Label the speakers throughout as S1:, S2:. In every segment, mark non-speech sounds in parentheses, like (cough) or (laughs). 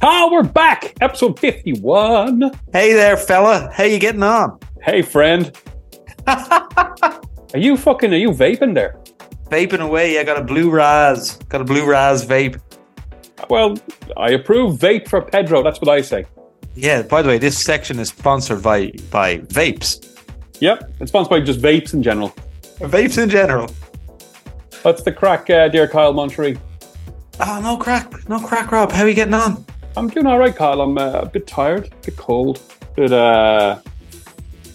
S1: Carl, we're back. Episode 51.
S2: Hey there, fella. How you getting on?
S1: Hey, friend. Are you fucking, are you vaping there?
S2: Vaping away. I got a blue Raz. Got a blue Raz vape.
S1: Well, I approve vape for Pedro. That's what I say.
S2: Yeah. By the way, this section is sponsored by by vapes.
S1: Yep. It's sponsored by just vapes in general.
S2: Vapes in general.
S1: That's the crack, uh, dear Kyle Monterey.
S2: Oh no, crack, no crack, Rob. How you getting on?
S1: I'm doing all right, Kyle. I'm uh, a bit tired, a bit cold, a bit, uh,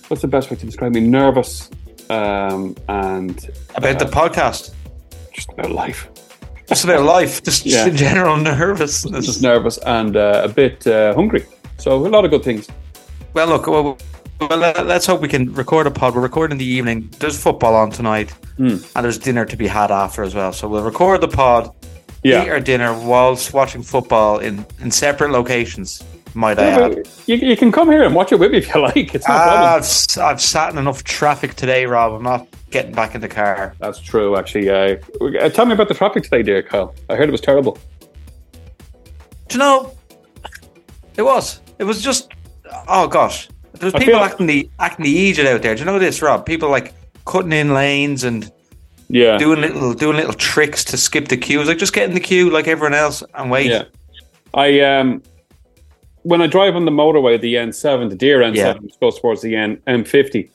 S1: what's the best way to describe me? Nervous um, and
S2: About the podcast.
S1: just about life.
S2: Just about life. Just, just
S1: Yeah.
S2: in general nervousness.
S1: Just nervous and uh, a bit uh, hungry. So, a lot of good things.
S2: Well, look, well, well, let- let's hope we can record a pod. We're recording in the evening. There's football on tonight,
S1: Hmm.
S2: and there's dinner to be had after as well. So we'll record the pod,
S1: Yeah.
S2: eat our dinner whilst watching football in, in separate locations, might I
S1: Yeah,
S2: add.
S1: but you, you can come here and watch it with me if you (laughs) like. It's no
S2: Ah,
S1: problem.
S2: I've, s- I've sat in enough traffic today, Rob. I'm not getting back in the car.
S1: That's true, actually. Uh, uh, tell me about the traffic today, dear Kyle. I heard it was terrible.
S2: Do you know? It was. It was just. Oh gosh, there's
S1: I
S2: people
S1: feel-
S2: acting the acting the idiot out there. Do you know this, Rob? People like cutting in lanes and
S1: Yeah.
S2: doing little doing little tricks to skip the queues. Like just get in the queue like everyone else and wait.
S1: Yeah. I um, when I drive on the motorway, the N7, the dear N7,
S2: Yeah.
S1: which goes towards the N M50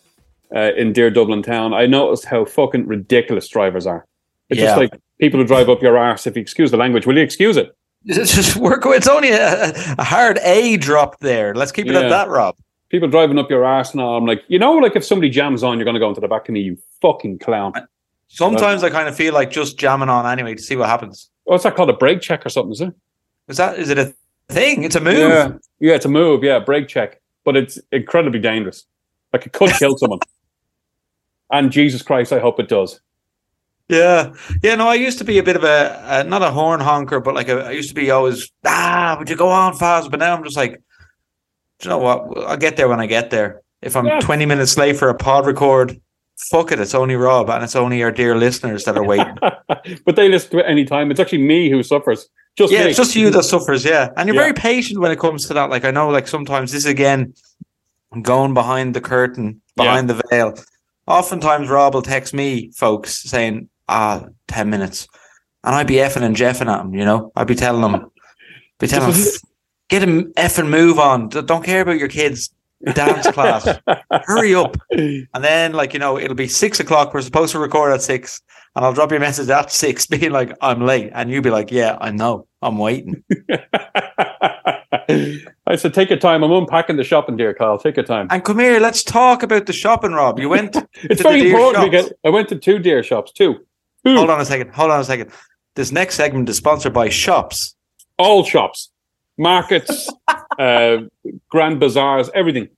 S1: uh, in dear Dublin town. I noticed how fucking ridiculous drivers are. It's
S2: Yeah.
S1: just like people who drive up your arse. If you excuse the language, will you excuse it?
S2: It's (laughs) just work. It's only a, a hard A drop there. Let's keep it
S1: Yeah.
S2: at that, Rob.
S1: People driving up your arse and all. I'm like, you know, like if somebody jams on, you're going to go into the back of me, you fucking clown.
S2: Sometimes I kind of feel like just jamming on anyway to see what happens.
S1: What's that called? A brake check or something, is it?
S2: Is that is it a thing? It's a move.
S1: Yeah, yeah, it's a move. Yeah, brake check, but it's incredibly dangerous. Like it could kill
S2: (laughs)
S1: someone. And Jesus Christ, I hope it does. (laughs)
S2: Yeah, yeah. No, I used to be a bit of a, a not a horn honker, but like a, I used to be always ah, would you go on fast? But now I'm just like, do you know what? I'll get there when I get there. If I'm
S1: Yeah.
S2: 20 minutes late for a pod record, fuck it. It's only Rob and it's only our dear listeners that are waiting.
S1: but they listen to it any time. It's actually me who suffers. Just
S2: yeah,
S1: me.
S2: it's just you that suffers. Yeah, and you're
S1: Yeah.
S2: very patient when it comes to that. Like I know, like sometimes this again, I'm going behind the curtain,
S1: Yeah.
S2: behind the veil. Oftentimes, Rob will text me, folks, saying, "Ah, 10 minutes," and I'd be effing and jeffing at him. You know, I'd be telling him, be telling him,
S1: Just-
S2: "Get him effing move on. D- Don't care about your kids."
S1: (laughs)
S2: Dance class, hurry up. And then, like, you know, it'll be six o'clock. We're supposed to record at six, and I'll drop you a message at six, (laughs) being like, I'm late. And you'll be like, Yeah, I know, I'm waiting.
S1: (laughs) I said, take your time. I'm unpacking the shopping, dear Kyle. Take your time.
S2: And come here, let's talk about the shopping, Rob. You (laughs) went.
S1: It's
S2: to the
S1: very
S2: deer
S1: important.
S2: shops.
S1: Because I went to two deer shops. Two. Two.
S2: hold on a second. Hold on a second. This next segment is sponsored by shops.
S1: all shops, markets, uh, grand bazaars, everything.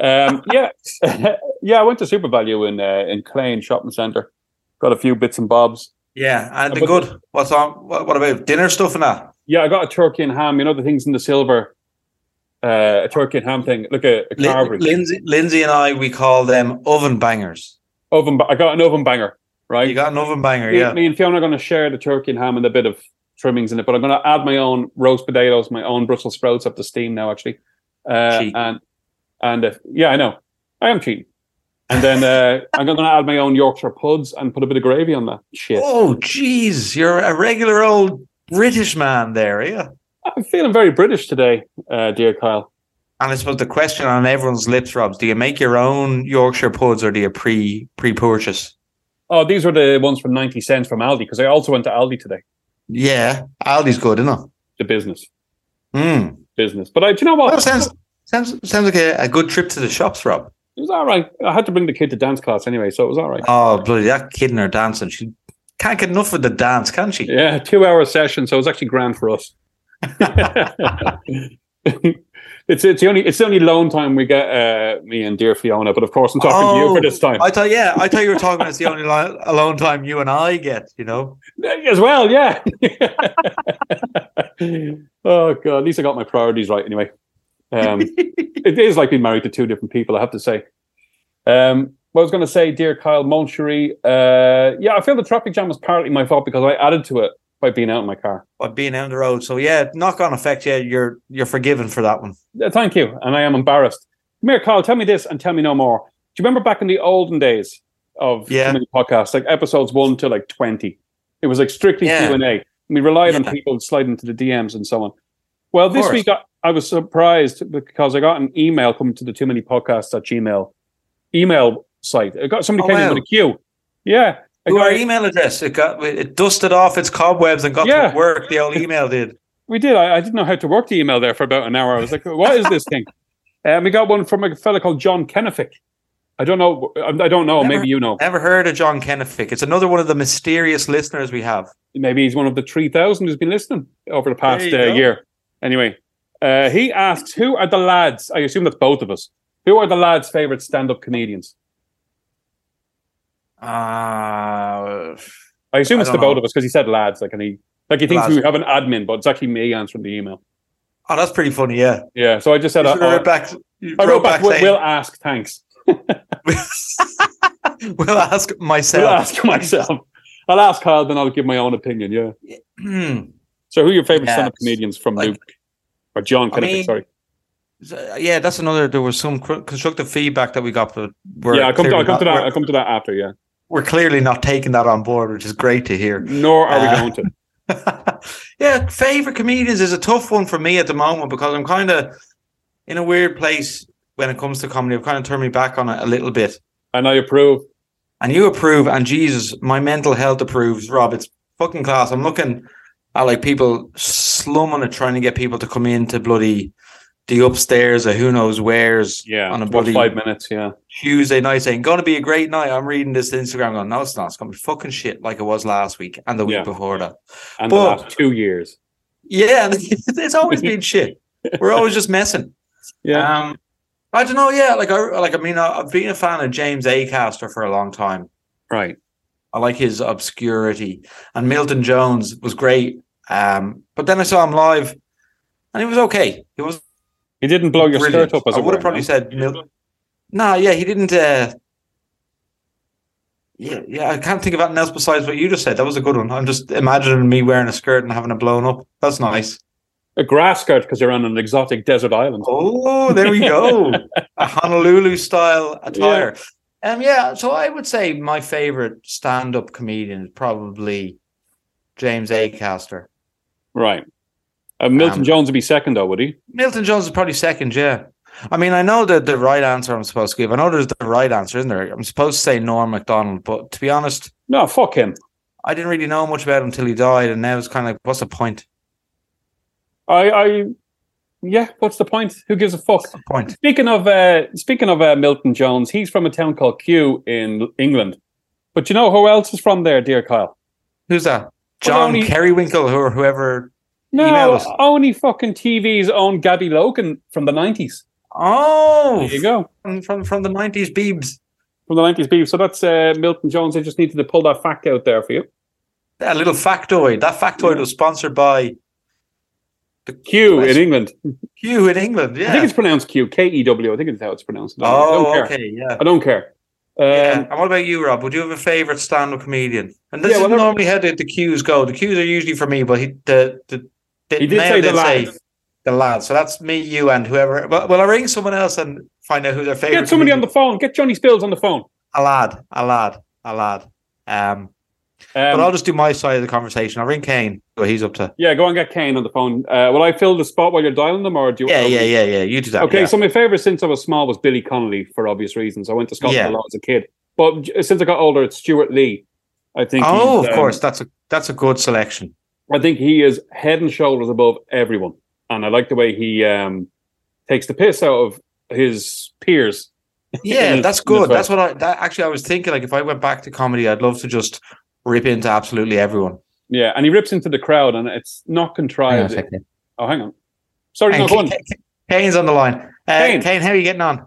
S1: Um, yeah, (laughs) yeah. I went to Super Value in uh, in Clane Shopping Centre. Got a few bits and bobs.
S2: Yeah, and the
S1: But-
S2: good. What's on? What, what about dinner stuff and that?
S1: Yeah, I got a turkey and ham. You know the things in the silver, uh, a turkey and ham thing, like a, a
S2: Lin-
S1: carvery
S2: Lindsay, Lindsay and I, we call them oven bangers.
S1: oven. Ba- I got an oven banger.
S2: You
S1: Right.
S2: got an oven banger,
S1: me,
S2: yeah.
S1: me and Fiona are going to share the turkey and ham and a bit of trimmings in it, but I'm going to add my own roast potatoes, my own Brussels sprouts up to steam now, actually. Uh,
S2: Cheating.
S1: and and uh, yeah, I know I am cheating. And then
S2: (laughs)
S1: uh, I'm going to add my own Yorkshire puds and put a bit of gravy on that shit.
S2: Oh, jeez, you're a regular old British man there, yeah.
S1: I'm feeling very British today, uh, dear Kyle.
S2: And I suppose the question on everyone's lips, Rob, is do you make your own Yorkshire puds or do you pre pre purchase?
S1: Oh, these were the ones from 90 cents from Aldi because I also went to Aldi today.
S2: Yeah, Aldi's good, isn't it?
S1: The business,
S2: Mm.
S1: business. But I, do you know what?
S2: Well, sounds sounds sounds like a, a good trip to the shops, Rob.
S1: it was all right. I had to bring the kid to dance class anyway, so it was all right.
S2: Oh, bloody that kid and her dancing. She can't get enough of the dance, can she?
S1: Yeah, two hour session, so it's actually grand for us. it's it's the only it's the only loan time we get uh, me and dear Fiona, but of course I'm talking to you
S2: Oh,
S1: for this time
S2: I thought, yeah, I thought you were talking. It's the only li- alone time you and I get. You know,
S1: (laughs) as well. Yeah. oh god, at least I got my priorities right anyway. Um, it is like being married to two different people, I have to say. Um, what I was going to say, dear Kyle Monchery, uh, yeah, I feel the traffic jam was partly my fault because I added to it by being out in my car.
S2: (laughs) by being out on the road. So yeah, knock on effect. Yeah, you're you're forgiven for that one.
S1: Uh, Thank you. And I am embarrassed. Come here, Carl, tell me this and tell me no more. Do you remember back in the olden days of
S2: Yeah.
S1: community podcasts, like episodes one to like 20? It was like strictly
S2: Yeah.
S1: Q&A. We relied on
S2: Yeah.
S1: people sliding into the DMs and so on. Well,
S2: Of
S1: this
S2: course.
S1: week I, I was surprised because I got an email coming to the too many podcasts at Gmail email site. I got somebody
S2: Oh,
S1: came in
S2: wow.
S1: with a queue. Yeah. A
S2: Who our
S1: guy-
S2: email address? It got it dusted off its cobwebs and got
S1: Yeah.
S2: to work. The old email did.
S1: We did. I, I didn't know how to work the email there for about an hour. I was like, "What is this
S2: (laughs)
S1: thing?" And we got one from a fella called John Kenefick. I don't know. um, I don't know.
S2: Never-
S1: Maybe you know.
S2: Never heard of John Kennefick. It's another one of the mysterious listeners we have.
S1: Maybe he's one of the three thousand who's been listening over the past uh,
S2: There you go.
S1: year. Anyway, uh, he asks, "Who are the lads?" I assume that's both of us. Who are the lads' favorite stand-up comedians?
S2: Uh,
S1: I assume
S2: I
S1: it's the
S2: don't
S1: both
S2: know.
S1: of us because he said lads. Like, and he like he thinks
S2: Lads.
S1: we have an admin, but it's actually me answering the email.
S2: oh, that's pretty funny. Yeah,
S1: Yeah. So I just said,
S2: You
S1: uh,
S2: should have wrote back. you
S1: I wrote back.
S2: saying,
S1: We'll ask. Thanks.
S2: (laughs) we'll ask myself.
S1: I'll ask (laughs) myself. I'll ask Kyle, then I'll give my own opinion. Yeah.
S2: Hmm.
S1: So, who are your favorite
S2: Yeah,
S1: stand-up comedians from
S2: like-
S1: Luke or John?
S2: I
S1: Kinnick,
S2: mean,
S1: sorry.
S2: (clears throat) So, yeah, that's another. There was some cr- constructive feedback that we got, but we're
S1: Yeah, I'll come, to, I'll
S2: clearly
S1: come to
S2: not-
S1: that.
S2: we're-
S1: I'll come to that after. Yeah.
S2: we're clearly not taking that on board, which is great to hear.
S1: Nor are
S2: Uh,
S1: we going to.
S2: (laughs) yeah, favorite comedians is a tough one for me at the moment because I'm kind of in a weird place when it comes to comedy. I've kind of turned me back on it a little bit.
S1: And I approve.
S2: And you approve, and Jesus, my mental health approves, Rob. It's fucking class. I'm looking at like people slumming it, trying to get people to come in to bloody the upstairs or who knows where's
S1: Yeah.
S2: On a
S1: about
S2: bloody-
S1: five minutes. Yeah.
S2: Tuesday night saying, Gonna be a great night. I'm reading this Instagram going, No, it's not. It's gonna be fucking shit like it was last week and the week
S1: Yeah.
S2: before that.
S1: And
S2: But-
S1: the last two years.
S2: Yeah, (laughs) and it's always
S1: (laughs)
S2: been shit. We're always just messing.
S1: Yeah.
S2: Um, I don't know. Yeah, like I like. I mean, I, I've been a fan of James Acaster for a long time.
S1: right.
S2: I like his obscurity, and Milton Jones was great. Um, but then I saw him live, and he was okay. He was
S1: He didn't blow your
S2: brilliant.
S1: skirt up. As
S2: I
S1: it
S2: would have
S1: were,
S2: probably
S1: no?
S2: said Milton. Nah, yeah, he didn't. Uh, yeah, yeah, I can't think of anything else besides what you just said. That was a good one. I'm just imagining me wearing a skirt and having it blown up. That's nice.
S1: a grass skirt because you're on an exotic desert island.
S2: Oh, there
S1: (laughs)
S2: we go. a Honolulu style attire. Um, yeah, so I would say my favorite stand up comedian is probably James Acaster.
S1: Right. Uh, Milton
S2: Um,
S1: Jones would be second, though, would he?
S2: Milton Jones is probably second, yeah. I mean, I know that the right answer I'm supposed to give. I know there's the right answer, isn't there? I'm supposed to say Norm MacDonald, but to be honest,
S1: No, fuck him.
S2: I didn't really know much about him until he died, and now it's kind of like, what's the point?
S1: I, I, yeah. What's the point? Who gives a fuck?
S2: What's the point?
S1: Speaking of uh, speaking of uh, Milton Jones, he's from a town called Kew in England. But you know who else is from there, dear Kyle?
S2: Who's that? John
S1: only-
S2: Kerrywinkle or whoever. Email
S1: No,
S2: us.
S1: only fucking TV's own Gabby Logan from the nineties.
S2: Oh,
S1: There you go,
S2: From, from from the 90s Beebs.
S1: from the nineties, beef. So that's uh, Milton Jones. I just needed to pull that fact out there for you.
S2: A little factoid. That factoid was sponsored by
S1: Kew
S2: Nice.
S1: in England.
S2: Q in England. Yeah.
S1: I think it's pronounced Q, K E W. I think it's how it's pronounced. I don't, I
S2: oh,
S1: don't care.
S2: okay. Yeah.
S1: I don't care. Um,
S2: yeah. And what about you, Rob? Would you have a favorite stand-up comedian? And this
S1: Yeah,
S2: is
S1: whatever-
S2: normally how the, the cues go. The cues are usually for me, but he the the, the
S1: He did
S2: Niall
S1: say the lads.
S2: the lads. So that's me, you, and whoever. Well, well I ring someone else and find out who their favorite.
S1: Get somebody on the phone. Get Johnny Spills on the phone.
S2: a lad, a lad, a lad. Um, but
S1: Um,
S2: I'll just do my side of the conversation. I'll ring Kane. What he's up to?
S1: yeah, go and get Kane on the phone. Uh, will I fill the spot while you're dialing them, or do you?
S2: Yeah,
S1: or
S2: yeah,
S1: we-
S2: yeah, yeah. You do that.
S1: Okay,
S2: yeah.
S1: so my favorite since I was small was Billy Connolly for obvious reasons. I went to Scotland
S2: Yeah.
S1: a lot as a kid, but j- since I got older, it's Stuart Lee. I think.
S2: oh,
S1: he's,
S2: of
S1: um,
S2: course. That's a that's a good selection.
S1: I think he is head and shoulders above everyone, and I like the way he um, takes the piss out of his peers. in
S2: Yeah,
S1: his-
S2: that's
S1: in his
S2: good. That's
S1: work.
S2: what I that actually I was thinking. Like if I went back to comedy, I'd love to just rip into absolutely everyone.
S1: Yeah, and he rips into the crowd, and it's not
S2: Hang on a
S1: contrived.
S2: second.
S1: oh, hang on. Sorry,
S2: Hang
S1: no,
S2: on,
S1: go on.
S2: Kane- Kane's on the line. Uh,
S1: Kane.
S2: Kane. how are you getting on?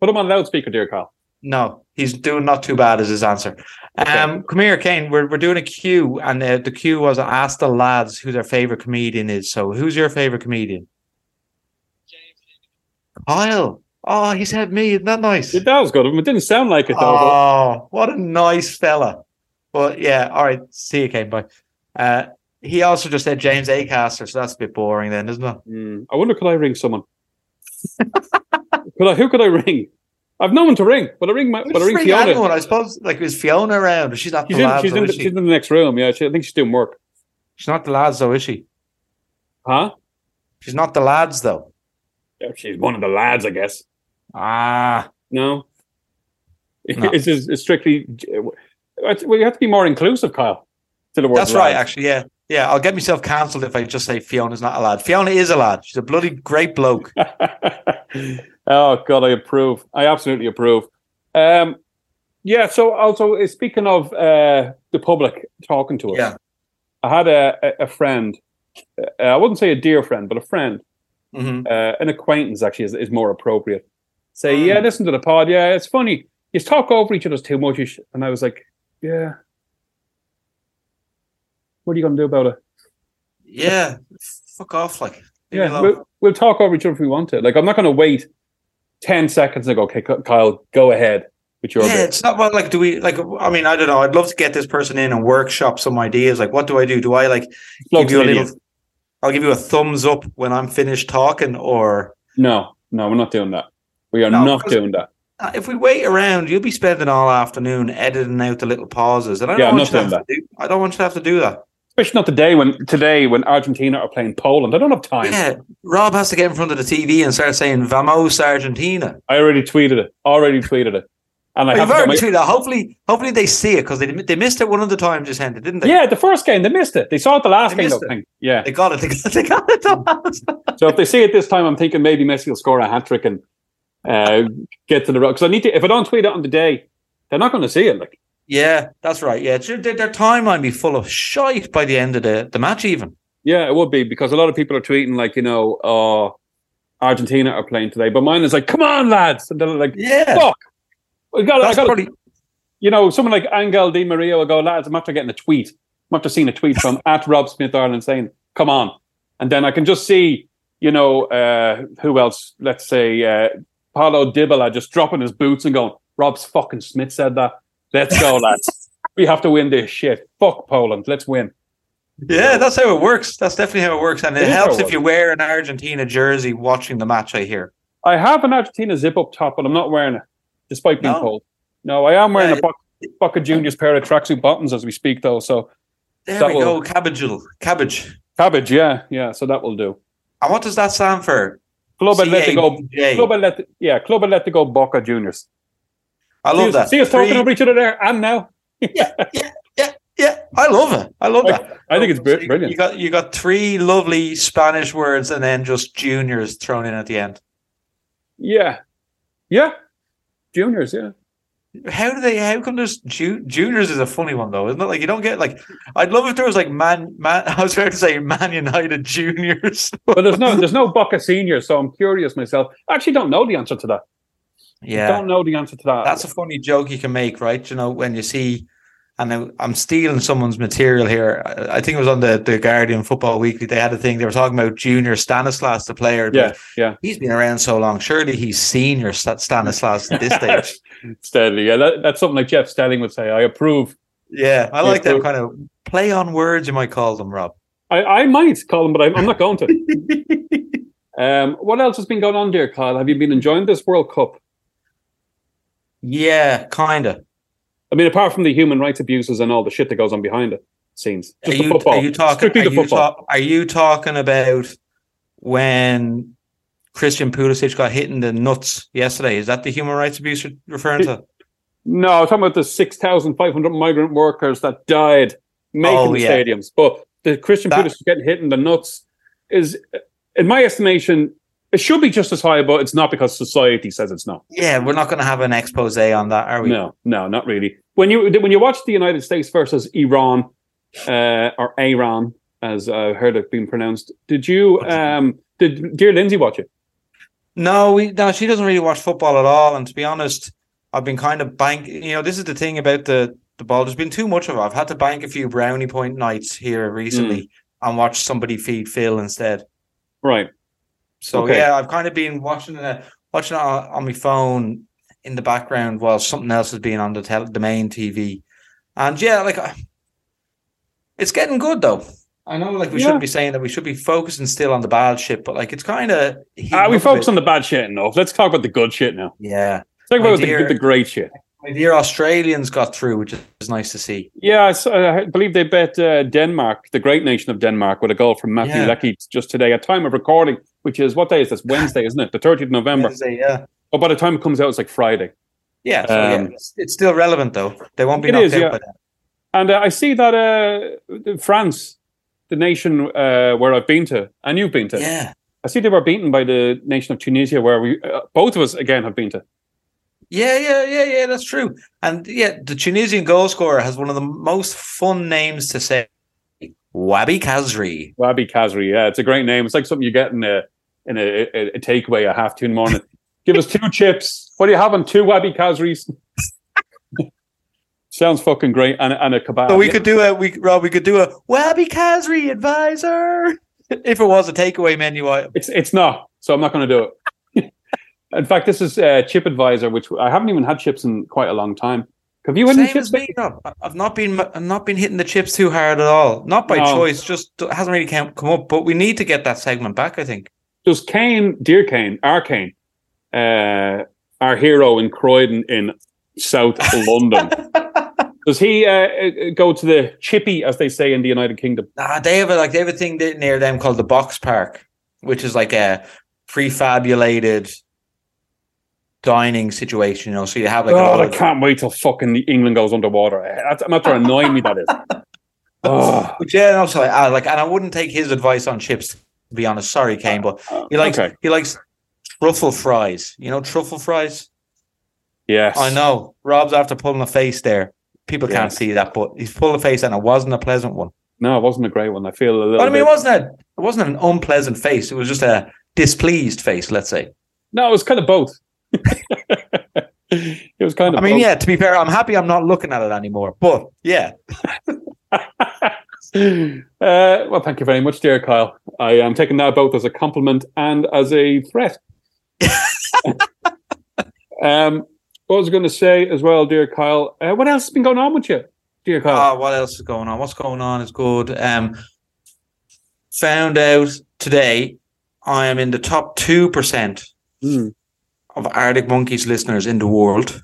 S1: Put him on loudspeaker, dear Carl.
S2: No, he's doing not too bad. Is his answer? Um, come here, Kane. We're we're doing a queue, and uh, the queue was ask the lads who their favorite comedian is. So, who's your favorite comedian? Kyle. Oh, he said me. Isn't that nice?
S1: That was good of him. It didn't sound like it though.
S2: Oh, what a nice fella. But yeah, all right. See you, Kane. Bye. Uh, he also just said James Acaster, so that's a bit boring then, isn't it?
S1: Mm, I wonder, could I ring someone? could I? Who could I ring? I've no one to ring, but I ring my,
S2: You
S1: but I
S2: just
S1: ring
S2: ring
S1: Fiona.
S2: anyone, I suppose. Like is Fiona around? But She's not
S1: She's
S2: the
S1: in,
S2: lads,
S1: she's,
S2: though,
S1: in the,
S2: is
S1: she's
S2: she?
S1: in the next room. Yeah, she, I think she's doing work.
S2: She's not the lads though, is she?
S1: Huh?
S2: She's not the lads though.
S1: Yeah, She's one of the lads, I guess.
S2: Ah,
S1: No,
S2: No.
S1: (laughs) it's, just- it's strictly. We have to be more inclusive, Kyle. To the word
S2: that's right.
S1: lads.
S2: Actually, yeah, yeah. I'll get myself cancelled if I just say Fiona's not a lad. Fiona is a lad. She's a bloody great bloke.
S1: (laughs) oh God, I approve. I absolutely approve. Um, yeah. So also uh, speaking of uh, the public talking to us,
S2: Yeah.
S1: I had a, a- a friend. uh, I wouldn't say a dear friend, but a friend,
S2: Mhm.
S1: uh, an acquaintance actually is, is more appropriate. Say,
S2: Mm.
S1: yeah, listen to the pod. Yeah, it's funny. You talk over each other's too much. You sh-" And I was like, yeah. What are you going to do about it?
S2: Yeah, fuck off. Like, leave me
S1: Yeah,
S2: alone.
S1: we'll, we'll talk over each other if we want to. Like, I'm not going to wait 10 seconds and go, okay, Ky- Kyle, go ahead with your
S2: yeah,
S1: bit."
S2: it's not well. Like, do we like? I mean, I don't know. I'd love to get this person in and workshop some ideas. Like, what do I do? Do I like
S1: Plugs
S2: give you a
S1: it in.
S2: little? I'll give you a thumbs up when I'm finished talking, or
S1: No, no, we're not doing that. We are
S2: No,
S1: not
S2: because-
S1: doing that.
S2: Uh, if we wait around, you'll be spending all afternoon editing out the little pauses, and I don't
S1: Yeah, I'm
S2: want
S1: not
S2: you to have
S1: doing
S2: to do. I don't want you to have to do that.
S1: Especially not today when today when Argentina are playing Poland. I don't have time.
S2: Yeah, Rob has to get in front of the TV and start saying "Vamos Argentina."
S1: I already tweeted it. Already tweeted it. And I
S2: You've
S1: have to get
S2: already
S1: my-
S2: tweeted that. Hopefully, hopefully they see it because they they missed it one of the times you sent it, didn't they?
S1: Yeah, the first game they missed it. They saw it the last
S2: They
S1: game.
S2: missed
S1: though,
S2: it.
S1: I think. Yeah.
S2: they got it. They got, they got it.
S1: (laughs) So if they see it this time, I'm thinking maybe Messi will score a hat trick and uh, get to the road. Because I need to. If I don't tweet it on the day, they're not going to see it. Like
S2: Yeah, that's right. Yeah, their, their timeline be full of shite by the end of the, the match, even.
S1: Yeah, it would be because a lot of people are tweeting like, you know, oh, Argentina are playing today, but mine is like, come on, lads, and they're like,
S2: Yeah,
S1: Fuck. we got, I
S2: that's
S1: got,
S2: probably
S1: you know, someone like Angel Di Maria will go, lads, I'm after getting a tweet, I'm after seeing a tweet from at Rob Smith Ireland saying, come on, and then I can just see, you know, uh, who else? Let's say uh, Paulo Dybala just dropping his boots and going, Rob's fucking Smith said that. Let's go, lads. We have to win this shit. Fuck Poland. Let's win.
S2: yeah, that's how it works. That's definitely how it works, and it,
S1: It is how
S2: helps
S1: it
S2: if you wear an Argentina jersey watching the match. I hear.
S1: I have an Argentina zip up top, but I'm not wearing it, despite being
S2: No.
S1: cold. No, I am wearing
S2: Yeah,
S1: a Buck, Buck Junior's pair of tracksuit bottoms as we speak, though. So
S2: There
S1: That
S2: we
S1: will-
S2: go, cabbage, cabbage.
S1: cabbage, yeah, yeah. So that will do.
S2: And what does that stand for?
S1: Club Atletico,
S2: CABJ.
S1: Club Atletico, yeah, Club Atletico Boca Juniors.
S2: I
S1: see
S2: love
S1: us,
S2: that.
S1: See us talking
S2: Three-
S1: over each other there and now.
S2: Yeah, I love it. I love that.
S1: I think it's
S2: So
S1: br-
S2: you-
S1: brilliant.
S2: You got you got three lovely Spanish words, and then just juniors thrown in at the end.
S1: Yeah, yeah, juniors. Yeah,
S2: How do they? How come there's ju- juniors is a funny one though, isn't it? Like you don't get like. I'd love if there was like man man. (laughs) I was about to say Man United juniors. (laughs)
S1: but there's no there's no Boca seniors, so I'm curious myself. I actually don't know the answer to that.
S2: yeah,
S1: Don't know the answer to that.
S2: that's a funny joke you can make, right? You know when you see. And I- I'm stealing someone's material here. I I think it was on the, the Guardian Football Weekly. They had a thing. They were talking about junior Stanislas, the player. but
S1: yeah, yeah.
S2: he's been around so long. Surely he's senior Sta- Stanislas at (laughs) this stage.
S1: Stanley. Yeah, that, that's something like Jeff Stelling would say. I approve.
S2: yeah, I like
S1: Yeah,
S2: that kind of play on words. You might call them, Rob.
S1: I, I might, Colin, but I'm, I'm not going to.
S2: (laughs)
S1: Um, what else has been going on, dear Kyle? Have you been enjoying this World Cup?
S2: yeah, kind of.
S1: I mean, apart from the human rights abuses and all the shit that goes on behind it, scenes.
S2: are
S1: Just the
S2: you,
S1: football.
S2: are you talking?
S1: Strictly
S2: Are
S1: the
S2: you,
S1: football.
S2: talk, are you talking about when Christian Pulisic got hit in the nuts yesterday? Is that the human rights abuse you're referring to?
S1: no, I'm talking about the 6,500 migrant workers that died making
S2: Oh,
S1: the
S2: yeah.
S1: stadiums. But the Christian
S2: That-
S1: Pulisic getting hit in the nuts is, in my estimation, it should be just as high, but it's not because society says it's not.
S2: Yeah, we're not going to have an expose on that, are we?
S1: No, no, not really. When you when you watch the United States versus Iran uh, or Iran, as I've heard it being pronounced, did you? Um, did dear Lindsay watch it?
S2: No, we no, she doesn't really watch football at all. And to be honest, I've been kind of bank. You know, this is the thing about the the ball. There's been too much of it. I've had to bank a few brownie point nights here recently
S1: Mm.
S2: and watch somebody feed Phil instead.
S1: Right.
S2: So
S1: Okay.
S2: yeah, I've kind of been watching it watching it on, on my phone in the background while something else is being on the tel- the main TV. And yeah, like I- it's getting good though. I know, like we
S1: Yeah.
S2: shouldn't be saying that we should be focusing still on the bad shit, but like it's kind of
S1: Ah, we focus on the bad shit enough. Let's talk about the good shit now.
S2: yeah.
S1: Let's talk
S2: My
S1: about the,
S2: dear-
S1: the great shit.
S2: My dear Australians got through, which is nice to see.
S1: Yeah, I, saw, I believe they bet uh, Denmark, the great nation of Denmark, with a goal from Matthew
S2: Yeah.
S1: Leckie just today at time of recording, which is what day is this? Wednesday, isn't it? The 30th of November.
S2: Wednesday, yeah,
S1: But by the time it comes out, it's like Friday.
S2: yeah, so, yeah,
S1: Um,
S2: it's, it's still relevant though. They won't be
S1: It
S2: knocked
S1: is,
S2: out
S1: yeah.
S2: by that.
S1: And uh, I see that uh, France, the nation uh, where I've been to, and you've been to,
S2: Yeah,
S1: I see they were beaten by the nation of Tunisia, where we uh, both of us again have been to.
S2: yeah, yeah, yeah, yeah. That's true. And yeah, the Tunisian goal scorer has one of the most fun names to say, Wabi Kazri.
S1: Wabi Kazri, yeah, it's a great name. It's like something you get in a in a, a, a takeaway at half two in the
S2: (laughs)
S1: morning. Give us two chips. What do you have on two Wabi Kazris? (laughs) Sounds fucking great, and, and a kebab.
S2: So we could do a we Rob, we could do a Wabi Kazri advisor (laughs) if it was a takeaway menu item.
S1: It's it's not, so I'm not going to do it. (laughs) in fact, this is uh, Chip Advisor, which I haven't even had chips in quite a long time. Have you had any
S2: Same
S1: chips?
S2: as me, Rob. I- I've not been I've not been hitting the chips too hard at all. Not by
S1: No.
S2: choice, just it hasn't really come come up. But we need to get that segment back. I think.
S1: does Kane, dear Kane, our Kane, uh, our hero in Croydon in South
S2: (laughs)
S1: London, does he uh, uh, go to the chippy, as they say in the United Kingdom?
S2: Nah, they have a like they have a thing there- near them called the Box Park, which is like a prefabulated dining situation. You know, so you have like a
S1: God,
S2: lot
S1: Oh, I
S2: of-
S1: can't wait till fucking England goes underwater. Eh, That's, that's how annoying me that is.
S2: (laughs)
S1: Oh,
S2: But yeah, and also like, ah, like, and I wouldn't take his advice on chips. To be honest, sorry, Kane, but he likes
S1: okay.
S2: he likes truffle fries. You know, truffle fries.
S1: Yes.
S2: I know Rob's after pulling a face there. People can't
S1: Yes.
S2: see that, but he's pulled a face, and it wasn't a pleasant one.
S1: No, it wasn't a great one. I feel a little.
S2: But I mean, it
S1: bit-
S2: wasn't a it wasn't an unpleasant face. It was just a displeased face. Let's say.
S1: no, it was kind of both. (laughs) it was kind
S2: I
S1: of.
S2: mean,
S1: both.
S2: yeah. To be fair, I'm happy I'm not looking at it anymore. But yeah,
S1: uh, well, thank you very much, dear Kyle. I am taking that both as a compliment and as a (laughs) threat. um, what was I going to say as well, dear Kyle? Uh, what else has been going on with you, dear Kyle?
S2: Ah, what else is going on? What's going on is good. Um, found out today I am in the top two percent
S1: Hmm.
S2: of Arctic Monkeys listeners in the world.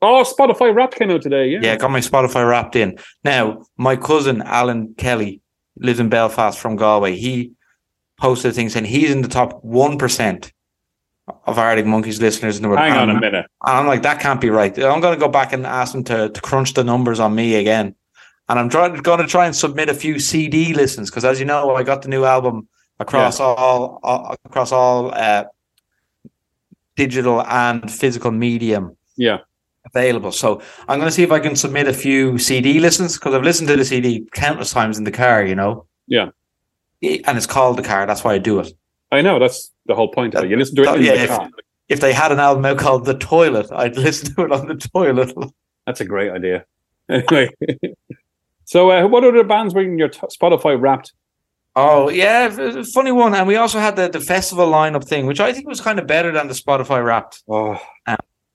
S1: Oh, Spotify Wrapped came out today. Yeah.
S2: Yeah, got my Spotify wrapped in. Now, my cousin Alan Kelly lives in Belfast from Galway. He posted things and he's in the top one percent of Arctic Monkeys listeners in the world.
S1: Hang on
S2: And
S1: a
S2: I'm-
S1: minute.
S2: and I'm like, that can't be right. I'm going to go back and ask them to, to crunch the numbers on me again. And I'm trying, going to try and submit a few CD listens because, as you know, I got the new album across all, all across all uh, digital and physical medium
S1: Yeah.
S2: available. So I'm going to see if I can submit a few CD listens because I've listened to the CD countless times in the car. You know.
S1: Yeah.
S2: And it's called the car. That's why I do it.
S1: I know that's the whole point. Of it. You listen to it
S2: That-
S1: in
S2: Oh, yeah,
S1: the
S2: if-
S1: car.
S2: If they had an album out called The Toilet, I'd (laughs) listen to it on the toilet.
S1: That's a great idea. Anyway, (laughs) so uh, what other bands were in your t- Spotify Wrapped?
S2: Oh yeah, it was a funny one. And we also had the, the festival lineup thing, which I think was kind of better than the Spotify Wrapped,
S1: Oh,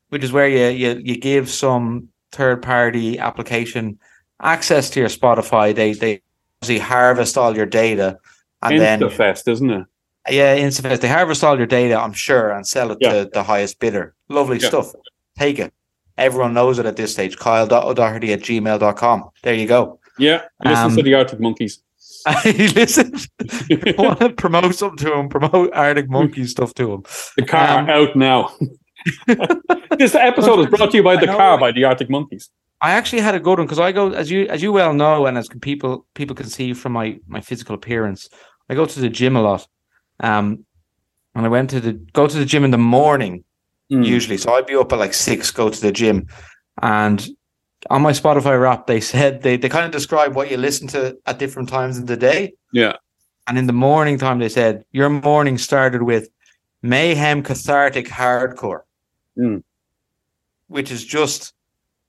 S2: which is where you you, you give some third party application access to your Spotify. They they obviously harvest all your data, and then
S1: Instafest, isn't it?
S2: yeah, Instafest. They harvest all your data, I'm sure, and sell it
S1: Yeah.
S2: to the highest bidder. Lovely
S1: Yeah.
S2: stuff. Take it. Everyone knows it at this stage. Kyle.o'doherty at gmail.com. There you go. (laughs)
S1: Yeah, listen
S2: Um,
S1: to the Arctic Monkeys. (laughs)
S2: Listen, (laughs) want to promote something to him, promote Arctic Monkey stuff to him.
S1: The car
S2: Um,
S1: out now. (laughs) this episode is brought to you by
S2: I
S1: the
S2: know,
S1: car
S2: like-
S1: by the Arctic Monkeys.
S2: I actually had a good one because I go as you as you well know, and as can people people can see from my my physical appearance, I go to the gym a lot, um, and I went to the go to the gym in the morning
S1: Hmm.
S2: usually. So I'd be up at like six, go to the gym, and on my Spotify rap, they said they they kind of describe what you listen to at different times in the day.
S1: Yeah.
S2: And in the morning time, they said your morning started with mayhem, cathartic, hardcore,
S1: Mm.
S2: which is just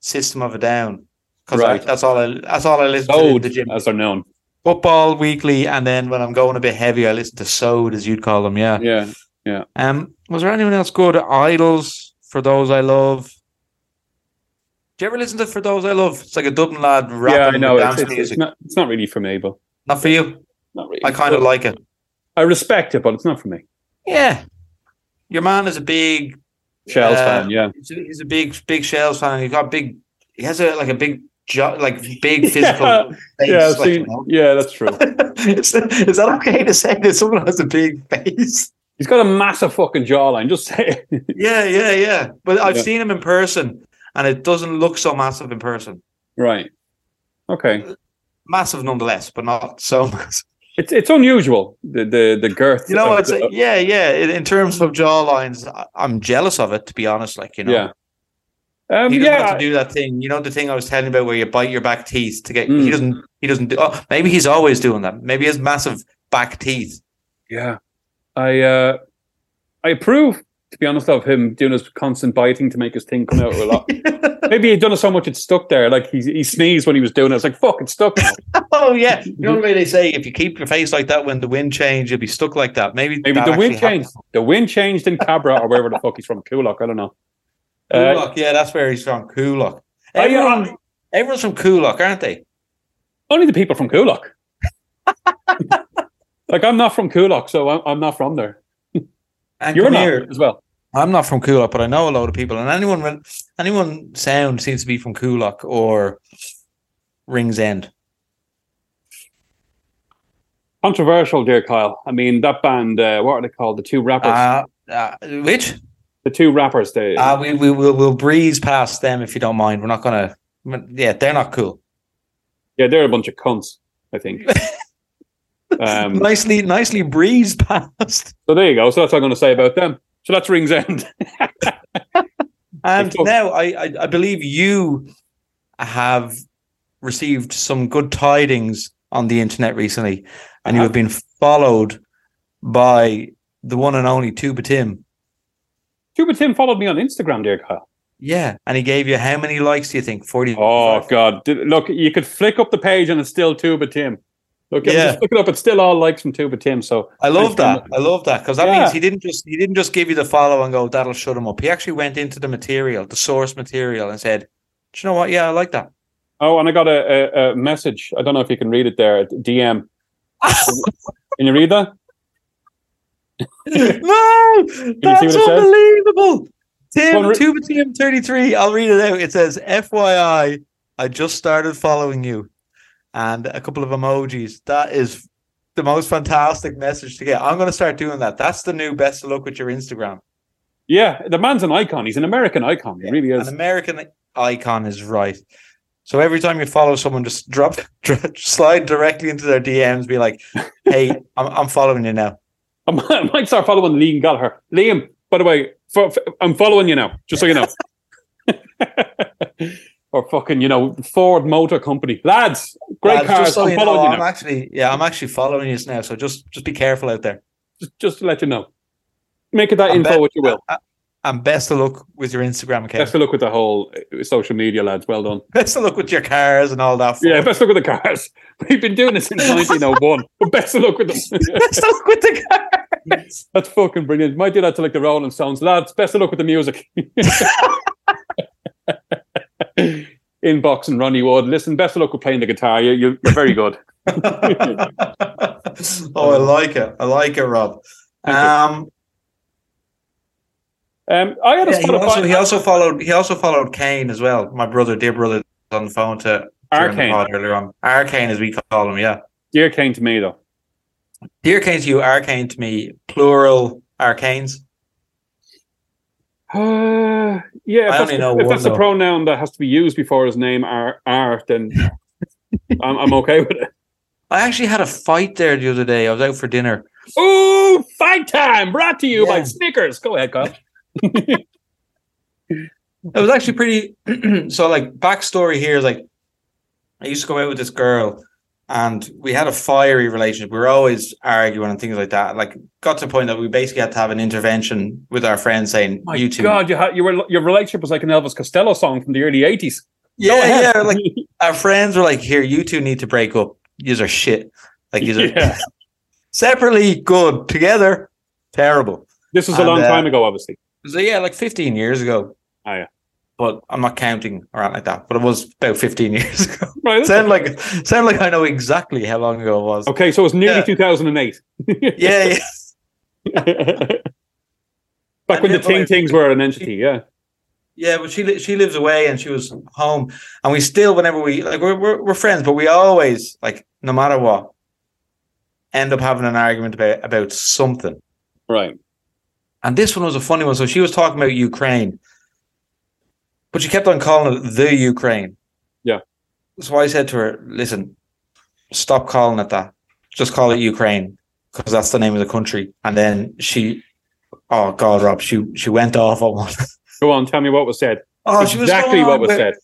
S2: System of a Down. Because
S1: Right.
S2: that's all I that's all I listen to in
S1: Load,
S2: the gym.
S1: as they're known.
S2: Football weekly, and then when I'm going a bit heavy, I listen to Sode, as you'd call them. Yeah.
S1: Yeah.
S2: Um, was there anyone else good? Idols for those I love. Do you ever listen to For Those I Love? It's like a Dublin lad rapping
S1: yeah, I know.
S2: with
S1: It's,
S2: dance
S1: it's, it's
S2: music.
S1: not, it's not really for me, but
S2: not for you.
S1: not really.
S2: I kind of
S1: But
S2: like it.
S1: I respect it, but it's not for me.
S2: Yeah. Your man is a big
S1: Shells
S2: Uh,
S1: fan, yeah.
S2: he's a, he's a big big shells fan. He got big he has a like a big jo- like (laughs) big physical
S1: Yeah,
S2: face.
S1: yeah, I've
S2: like,
S1: seen-
S2: you know? (laughs)
S1: yeah, that's true.
S2: is, is that okay to say that someone has a big face?
S1: He's got a massive fucking jawline. Just say it. (laughs)
S2: yeah, yeah, yeah. But I've
S1: Yeah.
S2: seen him in person and it doesn't look so massive in person.
S1: right. Okay,
S2: Massive nonetheless, but not so (laughs) massive.
S1: it's it's unusual the the, the girth.
S2: You know,
S1: of
S2: it's
S1: the-
S2: like, yeah, yeah. In, in terms of jawlines, I- I'm jealous of it, to be honest. Like, you know,
S1: yeah. Um,
S2: he doesn't
S1: yeah,
S2: have to do that thing. You know the thing I was telling you about where you bite your back teeth to get.
S1: Mm.
S2: He doesn't. He doesn't do. Oh, maybe he's always doing that. Maybe he has massive back teeth. (laughs)
S1: Yeah, I uh, I approve. To be honest, of him doing his constant biting to make his thing come out a
S2: (laughs)
S1: lot. Maybe he'd done it so much it stuck there. Like he he sneezed when he was doing it. It's like fuck, it stuck. now."
S2: oh yeah, you know what they say. If you keep your face like that when the wind change, you'll be stuck like that. Maybe
S1: Maybe
S2: that
S1: the wind
S2: actually happened.
S1: changed. The wind changed in Cabra or wherever the fuck he's from, Kulak. I don't know. Uh, um,
S2: Coolock, yeah, that's where he's from. Coolock.
S1: Are you
S2: Everyone, everyone's from Coolock, aren't they?
S1: only the people from
S2: (laughs)
S1: Kulak. like I'm not from Kulak, so I'm, I'm not from there.
S2: And
S1: You're
S2: come
S1: not
S2: here.
S1: as well.
S2: I'm not from Coolock, but I know a lot of people, and anyone re- anyone sound seems to be from Coolock or Rings End.
S1: Controversial, dear Kyle. I mean that band. Uh, what are they called? The two rappers.
S2: Uh, uh, which
S1: the two rappers. They,
S2: Uh, we we will we'll breeze past them if you don't mind. We're not gonna. Yeah, they're not cool.
S1: yeah, they're a bunch of cunts. I
S2: (laughs)
S1: think. Um,
S2: nicely, nicely breeze (laughs) past.
S1: So there you go. So that's all I'm going to say about them. So that's Rings End. (laughs)
S2: And
S1: Cool.
S2: now I, I I believe you have received some good tidings on the internet recently, and
S1: Uh-huh.
S2: you have been followed by the one and only Tuba Tim.
S1: Tuba Tim followed me on Instagram, dear Kyle.
S2: Yeah, and he gave you how many likes? Do you think forty?
S1: Oh God! Did- Look, you could flick up the page and it's still Tuba Tim. Look,
S2: Yeah.
S1: yeah. just look it up. It's still all likes from Tuba Tim. So
S2: I love
S1: I-
S2: that. I love that because that
S1: Yeah.
S2: means he didn't just he didn't just give you the follow and go that'll shut him up. He actually went into the material, the source material, and said, "Do you know what? Yeah, I like
S1: (laughs)
S2: that." (laughs)
S1: oh, and I got a, a, a message. I don't know if you can read it there. DM. Can you read that?
S2: no,
S1: see
S2: that's
S1: what it says?
S2: unbelievable.
S1: Well,
S2: Tim
S1: re-
S2: Tuba Tim thirty three. I'll read it out. It says, "FYI, I just started following you," and a couple of emojis. That is the most fantastic message to get. I'm going to start doing that. That's the new best of luck with your Instagram.
S1: Yeah, the man's an icon. He's an American icon. He really is.
S2: An American icon is right. So every time you follow someone, just drop, (laughs) dr- slide directly into their DMs, be like, "Hey, I'm, I'm following you now."
S1: (laughs) I might I might start following Liam Gallagher. Liam, by the way, fo- f- I'm following you now, just so you know. (laughs) or fucking, you know, Ford Motor Company. Lads, great
S2: Lads,
S1: cars. I'm
S2: you
S1: following
S2: know,
S1: you
S2: I'm
S1: now.
S2: actually, yeah, I'm actually following you now. So just, just be careful out there.
S1: Just, just to let you know. Make it that
S2: I'm
S1: info
S2: bet-
S1: what you will.
S2: Uh, And best of luck with your Instagram account.
S1: Best of luck with the whole uh, social media, lads. Well done.
S2: Best of luck with your cars and all that.
S1: Yeah,
S2: fun.
S1: best of luck with the cars. (laughs) We've been doing this since 1901. but best of luck with (laughs)
S2: (laughs)
S1: them.
S2: (laughs) best of luck with the cars.
S1: That's fucking brilliant. Might do that to like the Rolling Stones. Lads, best of luck with the music. (laughs) Inbox and Ronnie Wood. Listen, best of luck with playing the guitar. You, you, you're very good. (laughs)
S2: oh, I like it. I like it, Rob.
S1: Thank
S2: Um,
S1: Um, I had a
S2: Yeah,
S1: Spotify.
S2: he, also, he also followed. He also followed Kane as well. My brother, dear brother, was on the phone to during the
S1: Arcane.
S2: pod earlier on. Arcane, as we call him, yeah.
S1: Dear Kane to me, though.
S2: Dear Kane to you, Arcane to me, plural Arcanes.
S1: Uh, yeah, if,
S2: I
S1: that's,
S2: only know
S1: if
S2: one,
S1: that's the
S2: though.
S1: pronoun that has to be used before his name, R, R then I'm, I'm okay with it.
S2: I actually had a fight there the other day. I was out for dinner.
S1: Ooh, fight time! Brought to you by
S2: Yeah.
S1: Snickers. Go ahead, Kyle.
S2: It was actually pretty. (clears throat) so, like, backstory here is like, I used to go out with this girl, and we had a fiery relationship. We were always arguing and things like that. Like, got to the point that we basically had to have an intervention with our friends saying,
S1: My
S2: "You two,
S1: God, you had, you were, your relationship was like an Elvis Costello song from the early 80s. Go
S2: yeah,
S1: ahead.
S2: yeah." Like, our friends were like, "Here, you two need to break up. Yous are shit. Like, yous
S1: (laughs)
S2: are
S1: Yeah.
S2: separately good, together terrible."
S1: This was a
S2: And,
S1: long
S2: uh,
S1: time ago, obviously.
S2: So yeah, like fifteen years ago.
S1: Oh, yeah.
S2: but I'm not counting around like that. But it was about 15 (laughs) years ago.
S1: Right.
S2: sound like sound like I know exactly how long ago it was.
S1: Okay, so it's nearly (laughs)
S2: Yeah.
S1: 2008.
S2: Yeah, yeah.
S1: Back when the
S2: And your
S1: Ting
S2: wife-
S1: Tings were an entity, yeah.
S2: Yeah, but she li- she lives away and she was home, and we still whenever we like we're we're, we're friends, but we always like no matter what end up having an argument about about something.
S1: Right.
S2: And this one was a funny one. So she was talking about Ukraine, but she kept on calling it the Ukraine.
S1: Yeah.
S2: So I said to her, "Listen, stop calling it that. Just call it Ukraine because that's the name of the country." And then she, oh God, Rob, she she went off on one. (laughs)
S1: Go on, tell me what was said.
S2: Oh, she was
S1: exactly
S2: going
S1: what
S2: on
S1: was
S2: about-
S1: said.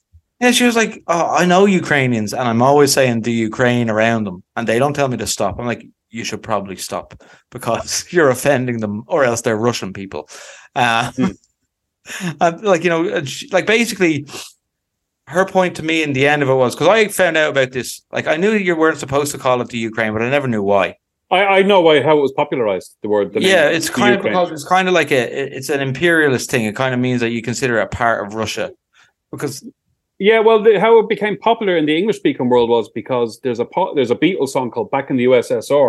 S2: yeah, she was like, "Oh, I know Ukrainians, and I'm always saying the Ukraine around them, and they don't tell me to stop." I'm like, "You should probably stop because (laughs) you're offending them, or else they're Russian people." Uh,
S1: Hmm.
S2: (laughs) and like you know, and she, like basically, her point to me in the end of it was because I found out about this. Like, I knew you weren't supposed to call it the Ukraine, but I never knew why.
S1: I, I know why how it was popularized, the word. The name,
S2: yeah, it's
S1: the
S2: kind of
S1: Ukraine.
S2: because it's kind of like a it's an imperialist thing. It kind of means that you consider it a part of Russia because
S1: Yeah, well, the, how it became popular in the English speaking world was because there's a po- there's a Beatles song called "Back in the USSR,"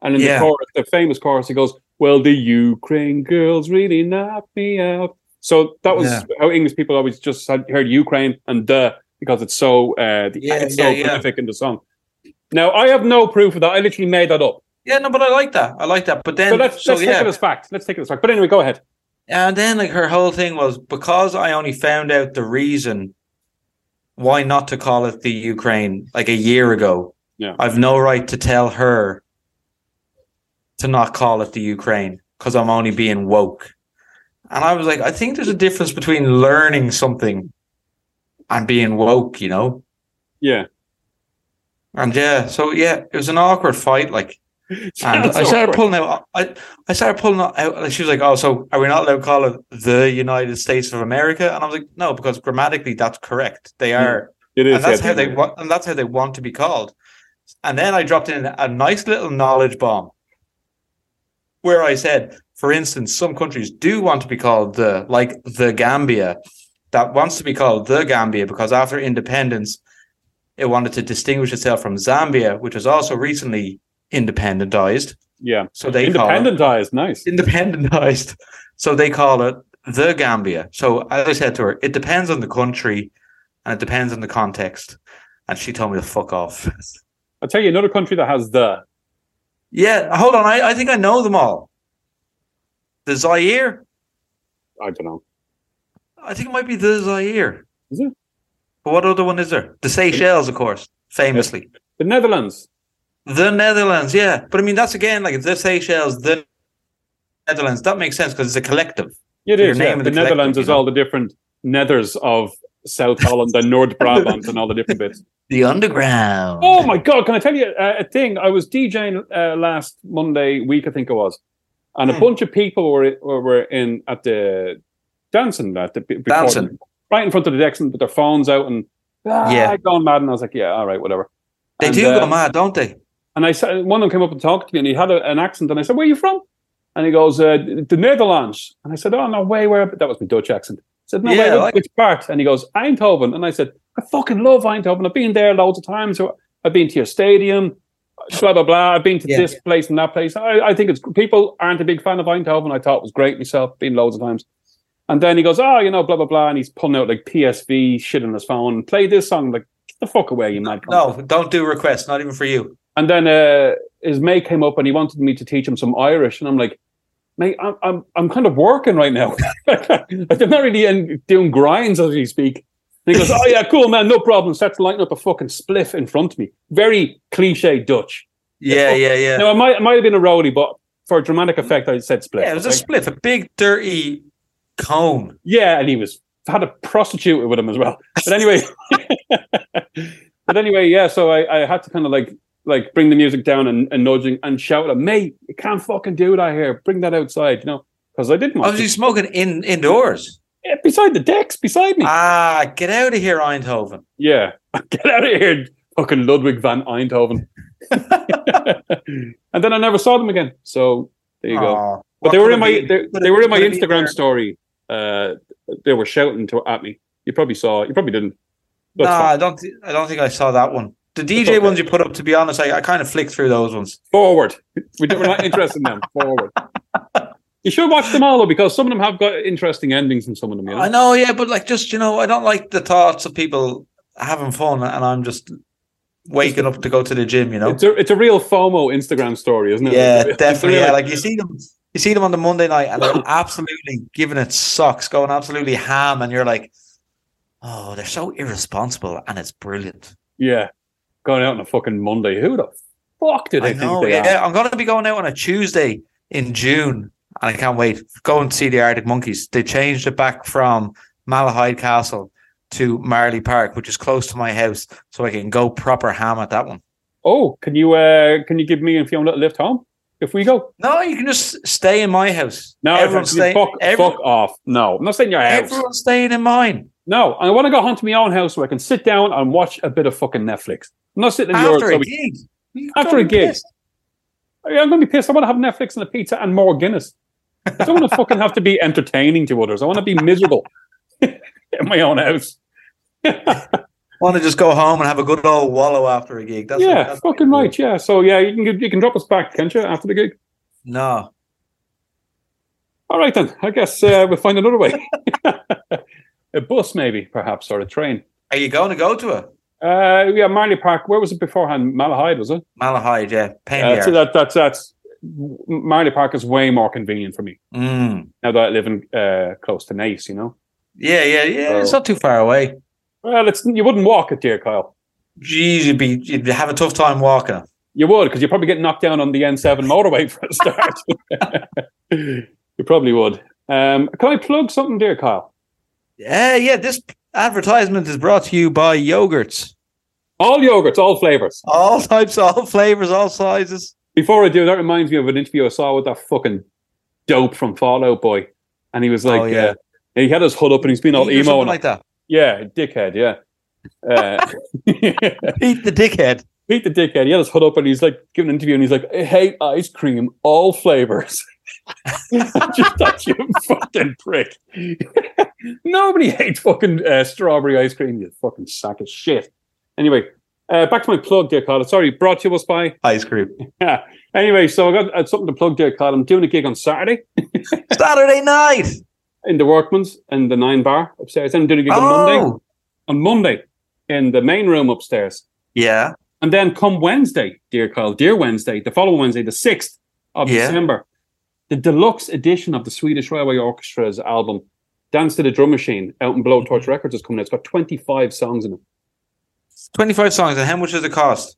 S1: and in
S2: Yeah.
S1: the chorus, the famous chorus, it goes, "Well, the Ukraine girls really knocked me out." So that was
S2: Yeah.
S1: how English people always just had, heard Ukraine and "the" because it's so uh, the,
S2: Yeah,
S1: it's so
S2: yeah, yeah.
S1: prolific in the song. Now, I have no proof of that. I literally made that up.
S2: Yeah, no, but I like that. I like that. But then,
S1: So let's,
S2: so
S1: let's take
S2: yeah,
S1: it as fact. Let's take it as fact. But anyway, go ahead.
S2: and then like her whole thing was because I only found out the reason why not to call it the Ukraine like a year ago.
S1: Yeah.
S2: I've no right to tell her to not call it the Ukraine because I'm only being woke. And I was like, I think there's a difference between learning something and being woke, you know.
S1: Yeah,
S2: And yeah, so yeah, it was an awkward fight. Like (laughs)
S1: (laughs)
S2: And
S1: That's
S2: I started
S1: awkward.
S2: pulling out. I, I started pulling out. Like she was like, "Oh, so are we not allowed to call it the United States of America?" And I was like, "No, because grammatically that's correct. They are,
S1: It is.
S2: and that's
S1: yeah,
S2: how they want, and that's how they want to be called." And then I dropped in a nice little knowledge bomb, where I said, for instance, some countries do want to be called the, like the Gambia, that wants to be called the Gambia because after independence, it wanted to distinguish itself from Zambia, which was also recently independentized.
S1: yeah.
S2: So they call
S1: Independentized. Nice.
S2: it independentized. So they call it the Gambia. So as I said to her, it depends on the country and it depends on the context. And she told me to fuck off.
S1: I'll tell you another country that has the.
S2: yeah, hold on. I, I think I know them all. The Zaire.
S1: I don't know.
S2: I think it might be the Zaire.
S1: Is it?
S2: But what other one is there? The Seychelles, of course, famously.
S1: The Netherlands.
S2: The Netherlands, yeah. But I mean, that's again like the Seychelles, the Netherlands. That makes sense because it's a collective.
S1: It
S2: So the
S1: is.
S2: name
S1: Yeah.
S2: of
S1: The,
S2: the collective,
S1: Netherlands
S2: you
S1: is
S2: know.
S1: all the different nethers of South Holland and North
S2: (laughs)
S1: Brabant and all the different bits.
S2: The underground.
S1: Oh my God! Can I tell you uh, a thing? I was DJing uh, last Monday week, I think it was, and a
S2: Hmm.
S1: bunch of people were were were in at the dancing at the before-
S2: Dancing.
S1: right in front of the decks and with their phones out and ah,
S2: Yeah.
S1: going mad. And I was like, yeah, all right, whatever.
S2: They
S1: And,
S2: do
S1: uh,
S2: go mad, don't they?
S1: And I said, one of them came up and talked to me, and he had a, an accent. And I said, "Where are you from?" And he goes, uh, "The Netherlands." And I said, "Oh no way, where?" That was my Dutch accent. I said, "No
S2: Yeah,
S1: way,
S2: I
S1: which,
S2: like-
S1: which part?" And he goes, "Eindhoven." And I said, "I fucking love Eindhoven. I've been there loads of times. So I've been to your stadium, blah blah blah. I've been to
S2: Yeah.
S1: this place and that place. I, I think it's people aren't a big fan of Eindhoven. I thought it was great myself. Been loads of times." And then he goes, "Oh, you know, blah blah blah," and he's pulling out like PSV shit on his phone. Play this song. I'm like, get the fuck away, you mad. cunt."
S2: No, don't do requests, not even for you.
S1: And then uh, his mate came up and he wanted me to teach him some Irish, and I'm like, mate, I'm I'm, I'm kind of working right now. (laughs) like, I'm not really in, doing grinds as we speak. And he goes, oh yeah, cool man, no problem. Starts lighting up a fucking spliff in front of me. Very cliche Dutch.
S2: Yeah, yeah, yeah.
S1: Now I might it might have been a roly, but for dramatic effect, I said spliff.
S2: yeah, it was a
S1: okay?
S2: spliff, a big dirty cone.
S1: Yeah, and he was had a prostitute with him as well. But anyway, (laughs) but anyway, yeah. So I, I had to kind of like like bring the music down and, and nudging and shout at him, mate, you can't fucking do that here. Bring that outside, you know, because I didn't
S2: I
S1: want
S2: was
S1: to.
S2: just smoking in indoors.
S1: Yeah, beside the decks, beside me.
S2: Ah, get out of here, Eindhoven.
S1: yeah, (laughs) get out of here, fucking Ludwig van Eindhoven.
S2: (laughs)
S1: (laughs) and then I never saw them again. So there you go.
S2: Aw,
S1: But
S2: what
S1: they were
S2: could
S1: in
S2: it
S1: my
S2: be?
S1: they,
S2: Could
S1: they
S2: it-
S1: were in my
S2: could it be
S1: Instagram
S2: there?
S1: story. Uh, they were shouting to at me. You probably saw. You probably didn't.
S2: No,
S1: That's
S2: I
S1: fine.
S2: don't. Th- I don't think I saw that one. The DJ
S1: okay.
S2: ones you put up, to be honest, I, I kind of flicked through those ones.
S1: Forward. (laughs) We don't, we're not interested in them. Forward. You should watch them all though, because some of them have got interesting endings, and some of them, you know.
S2: I know, yeah, but like, just you know, I don't like the thoughts of people having fun, and I'm just waking up to go to the gym. You know,
S1: It's a, it's a real FOMO Instagram story, isn't it?
S2: yeah,
S1: It's a real-
S2: definitely.
S1: it's a
S2: Yeah,
S1: real-
S2: like you see them, you see them on the Monday night, and they're absolutely giving it sucks, going absolutely ham, and you're like, oh, they're so irresponsible, and it's brilliant.
S1: (laughs) yeah. Going out on a fucking Monday. Who the fuck did they
S2: I know.
S1: think they
S2: yeah, I'm gonna be going out on a Tuesday in June, and I can't wait. Go and see the Arctic Monkeys. They changed it back from Malahide Castle to Marley Park, which is close to my house, so I can go proper ham at that one.
S1: are? Oh, can you uh, can you give me and Fiona a lift home if we go?
S2: No, you can just stay in my house.
S1: No,
S2: everyone's
S1: everyone-
S2: staying.
S1: fuck,
S2: every-
S1: fuck off. No, I'm not saying your house.
S2: everyone's staying in mine.
S1: No, I want to go home to my own house where I can sit down and watch a bit of fucking Netflix. I'm not sitting in yours.
S2: After a
S1: I'll be-
S2: gig. You
S1: After
S2: don't
S1: a
S2: be
S1: gig.
S2: pissed.
S1: I'm going to be pissed. I want to have Netflix and a pizza and more Guinness. I don't want to fucking have to be entertaining to others. I want to be miserable (laughs) in my own house.
S2: Want to just go home and have a good old wallow after a gig? That's
S1: yeah,
S2: that's-
S1: fucking right. Yeah. So yeah, you can you can drop us back, can't you, after the gig?
S2: No,
S1: All right then. I guess uh, we'll find another way. (laughs) a bus, maybe, perhaps, or a train.
S2: are you going to go to it?
S1: Uh, yeah, Marley Park. Where was it beforehand? Malahide, was it?
S2: Malahide, yeah, pain in
S1: Uh,
S2: the
S1: so
S2: arse.
S1: that, that's that's Marley Park is way more convenient for me
S2: Mm.
S1: now that I live in uh, close to Nice. You know,
S2: Yeah, yeah, yeah. It's
S1: So-
S2: not too far away.
S1: well, it's you wouldn't walk it, dear Kyle.
S2: Jeez, you'd be you'd have a tough time walking.
S1: You would because you probably get knocked down on the
S2: (laughs)
S1: N7 motorway for a start. you probably would. Um, can I plug something, dear Kyle?
S2: Yeah, yeah. This advertisement is brought to you by yogurts,
S1: All yogurts, all flavors.
S2: all types, all flavors, all sizes.
S1: Before I do, that reminds me of an interview I saw with that fucking dope from Fallout Boy, and he was like,
S2: Oh, yeah.
S1: uh, he had his hood up and he's been all
S2: Pete or
S1: emo
S2: something
S1: and
S2: like that.
S1: yeah, dickhead, yeah.
S2: (laughs)
S1: Uh, (laughs)
S2: Pete the dickhead.
S1: Pete the dickhead. He had his hood up and he's like giving an interview and he's like, I hate ice cream, all flavors. (laughs) Just that you fucking prick. (laughs) Nobody hates fucking uh, strawberry ice cream, you fucking sack of shit. Anyway, uh, back to my plug, dear Carla. Sorry, brought to us by. (laughs)
S2: Ice cream.
S1: Anyway, so I got uh, something to plug, dear Carla. I'm doing a gig on Saturday
S2: Saturday night.
S1: in the Workman's in the Nine Bar upstairs. Then I'm doing a gig on Monday.
S2: Oh,
S1: On Monday in the main room upstairs.
S2: yeah.
S1: And then come Wednesday, dear Kyle, dear Wednesday, the following Wednesday, the 6th of
S2: Yeah.
S1: December, the deluxe edition of the Swedish Railway Orchestra's album, Dance to the Drum Machine, out in Blowtorch
S2: Mm-hmm.
S1: Records, is coming out. It's got 25 songs in it.
S2: Twenty-five songs. And how much does it cost?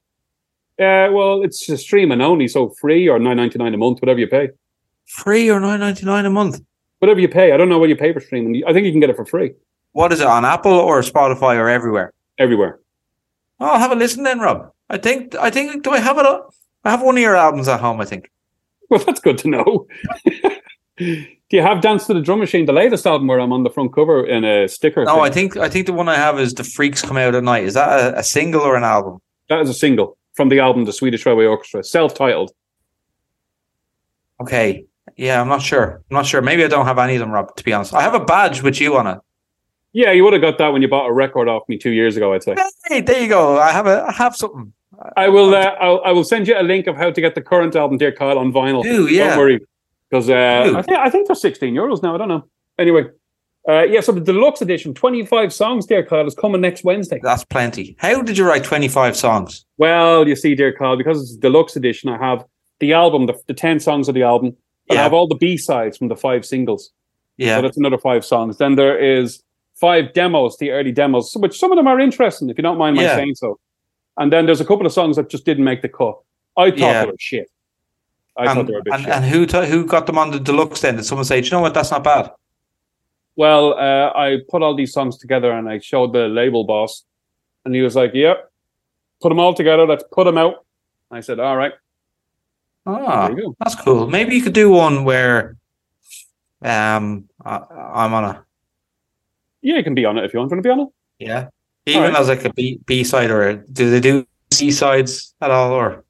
S1: Uh, well, it's a streaming only, so free or nine ninety nine a month, whatever you pay.
S2: Free or nine ninety-nine a month?
S1: Whatever you pay. I don't know what you pay for streaming. I think you can get it for free
S2: What is it on Apple or Spotify or everywhere?
S1: everywhere. (laughs)
S2: Oh, I'll have a listen then, Rob. I think. I think. Do I have it? on- I have one of your albums at home. I think.
S1: Well, that's good to know. (laughs) Do you have Dance to the Drum Machine, the latest album where I'm on the front cover in a sticker?
S2: No,
S1: thing?
S2: I think I think the one I have is the Freaks Come Out at Night. Is that a, a single or an album?
S1: That is a single from the album The Swedish Railway Orchestra, self titled.
S2: Okay. Yeah, I'm not sure. I'm not sure. Maybe I don't have any of them, Rob, to be honest. I have a badge with you on it.
S1: Yeah, you would have got that when you bought a record off me two years ago. I'd say
S2: Hey, there you go. I have a I have something.
S1: I will. Uh, I'll, I will send you a link of how to get the current album, dear Kyle, on vinyl.
S2: Ooh, yeah.
S1: Oh, Don't worry, because uh,
S2: Ooh.
S1: I, think, I think they're sixteen euros now. I don't know. Anyway, uh, yeah. So the deluxe edition, twenty-five songs, dear Kyle, is coming next Wednesday.
S2: That's plenty. How did you write 25 songs?
S1: Well, you see, dear Kyle, because it's deluxe edition, I have the album, the, the ten songs of the album. and I
S2: Yeah.
S1: have all the B sides from the five singles. So
S2: Yeah.
S1: that's another five songs. Then there is five demos, the early demos, which some of them are interesting, if you don't mind my
S2: Yeah.
S1: saying so. And then there's a couple of songs that just didn't make the cut. I thought
S2: Yeah.
S1: they were shit. I thought
S2: And,
S1: they were a bit
S2: and, uh,
S1: shit.
S2: and who t- who got them on the deluxe then? Did someone say, Do you know what? That's not bad.
S1: Well, uh, I put all these songs together and I showed the label boss, and he was like, "Yep, put them all together. Let's put them out." And I said, "All right,
S2: Ah,
S1: there you go."
S2: that's cool. Maybe you could do one where um I, I'm on a
S1: Yeah, you can be on it if you want. Want to be on it?
S2: yeah. Even
S1: Alright.
S2: as like a B B side or a, do they do C sides at all or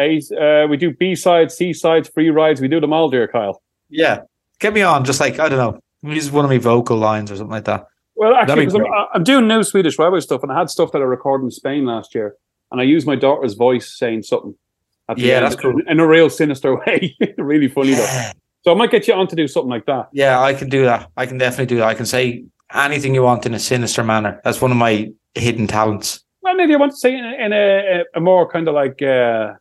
S1: A, uh, we do B sides, C sides, free rides. We do them all, dear Kyle.
S2: Yeah. Get me on, just like, I don't know, use one of my vocal lines or something like that.
S1: Well, actually,
S2: That'd be
S1: 'cause I'm, I'm doing new Swedish railway stuff, and I had stuff that I recorded in Spain last year, and I used my daughter's voice saying something. At the
S2: Yeah,
S1: end,
S2: that's cool.
S1: In, in a real sinister (laughs) way, really funny though.
S2: Yeah.
S1: So I might get you on to do something like that.
S2: Yeah, I can do that. I can definitely do that. I can say anything you want in a sinister manner. That's one of my hidden talents.
S1: Well, maybe I want to say in, in a, a more kind of like uh,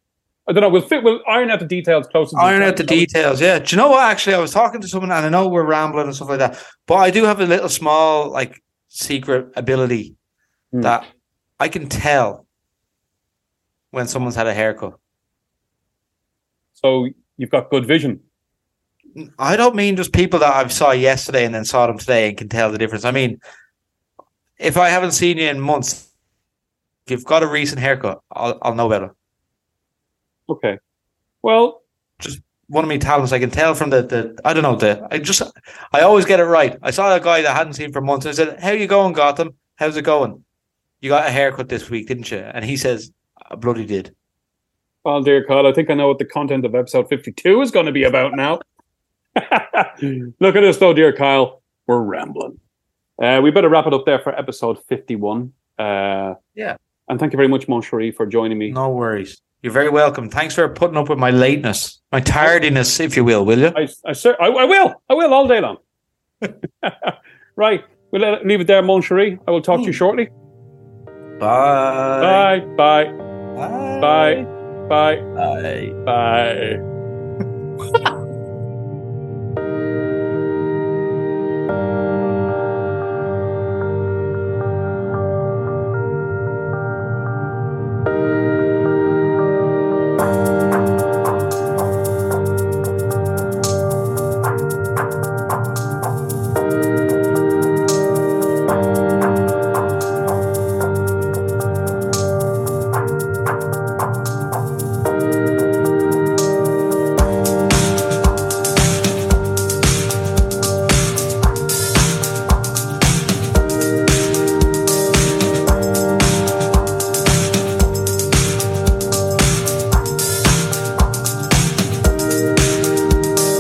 S1: I don't know. We'll fit. We'll iron out the details closer. to
S2: Iron out the
S1: time.
S2: details. Yeah. Do you know what? Actually, I was talking to someone and I know we're rambling and stuff like that, but I do have a little small, like, secret ability
S1: Hmm.
S2: that I can tell when someone's had a haircut.
S1: So you've got good vision.
S2: I don't mean just people that I saw yesterday and then saw them today and can tell the difference. I mean, if I haven't seen you in months, if you've got a recent haircut, I'll, I'll know better.
S1: Okay. Well,
S2: one of my talents. I can tell from the, the I don't know the I just I always get it right. I saw that guy that I hadn't seen for months. I said, "How you going, Gotham? How's it going? You got a haircut this week, didn't you?" And he says, "I bloody did."
S1: oh dear God, I think I know what the content of episode fifty-two is going to be about
S2: (laughs)
S1: now. Look at us, though, dear Kyle. We're rambling. Uh, we better wrap it up there for episode fifty-one. Uh,
S2: Yeah.
S1: And thank you very much, Mon Cherie, for joining me.
S2: No worries. You're very welcome. Thanks for putting up with my lateness, my tardiness, if you will. Will you?
S1: I, I, cer- I, I will. I will all day
S2: (laughs)
S1: long. right. We'll let, leave it there, Mon Cherie. I will talk
S2: Hmm.
S1: to you shortly.
S2: Bye.
S1: Bye. Bye. Bye. Bye.
S2: Bye.
S1: Bye.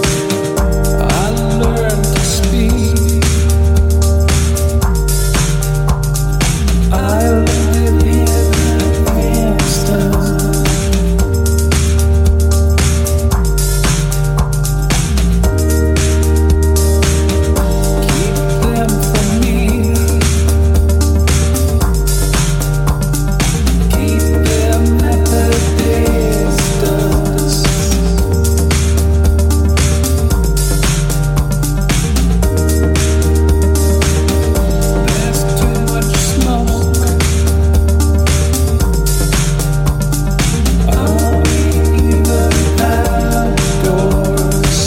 S3: I learned to speak. I live here in Kingston. Keep them from me. Keep them at a distance. There's too much smoke. Are we even outdoors?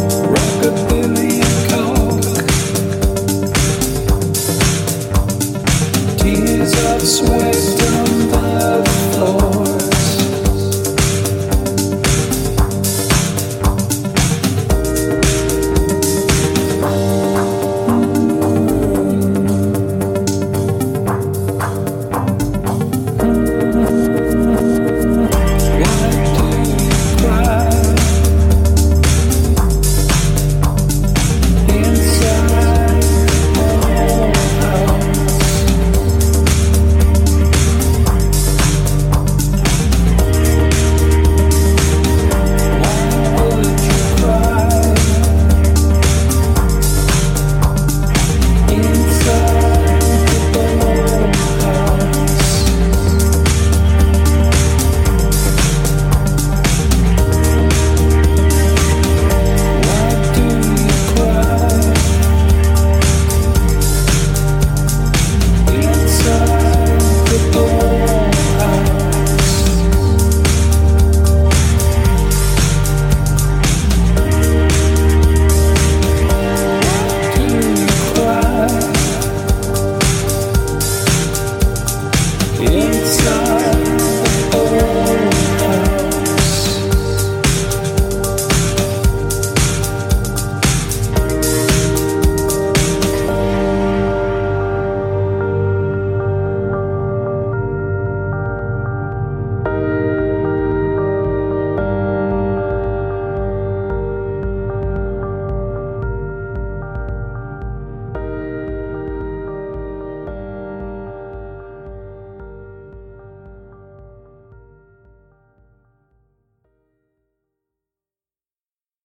S3: Rockabilly and coke, tears of sweat on the floors. Why do you cry inside your house? Why would you cry inside your house? Why do you cry inside the dollhouse? Why do you cry inside?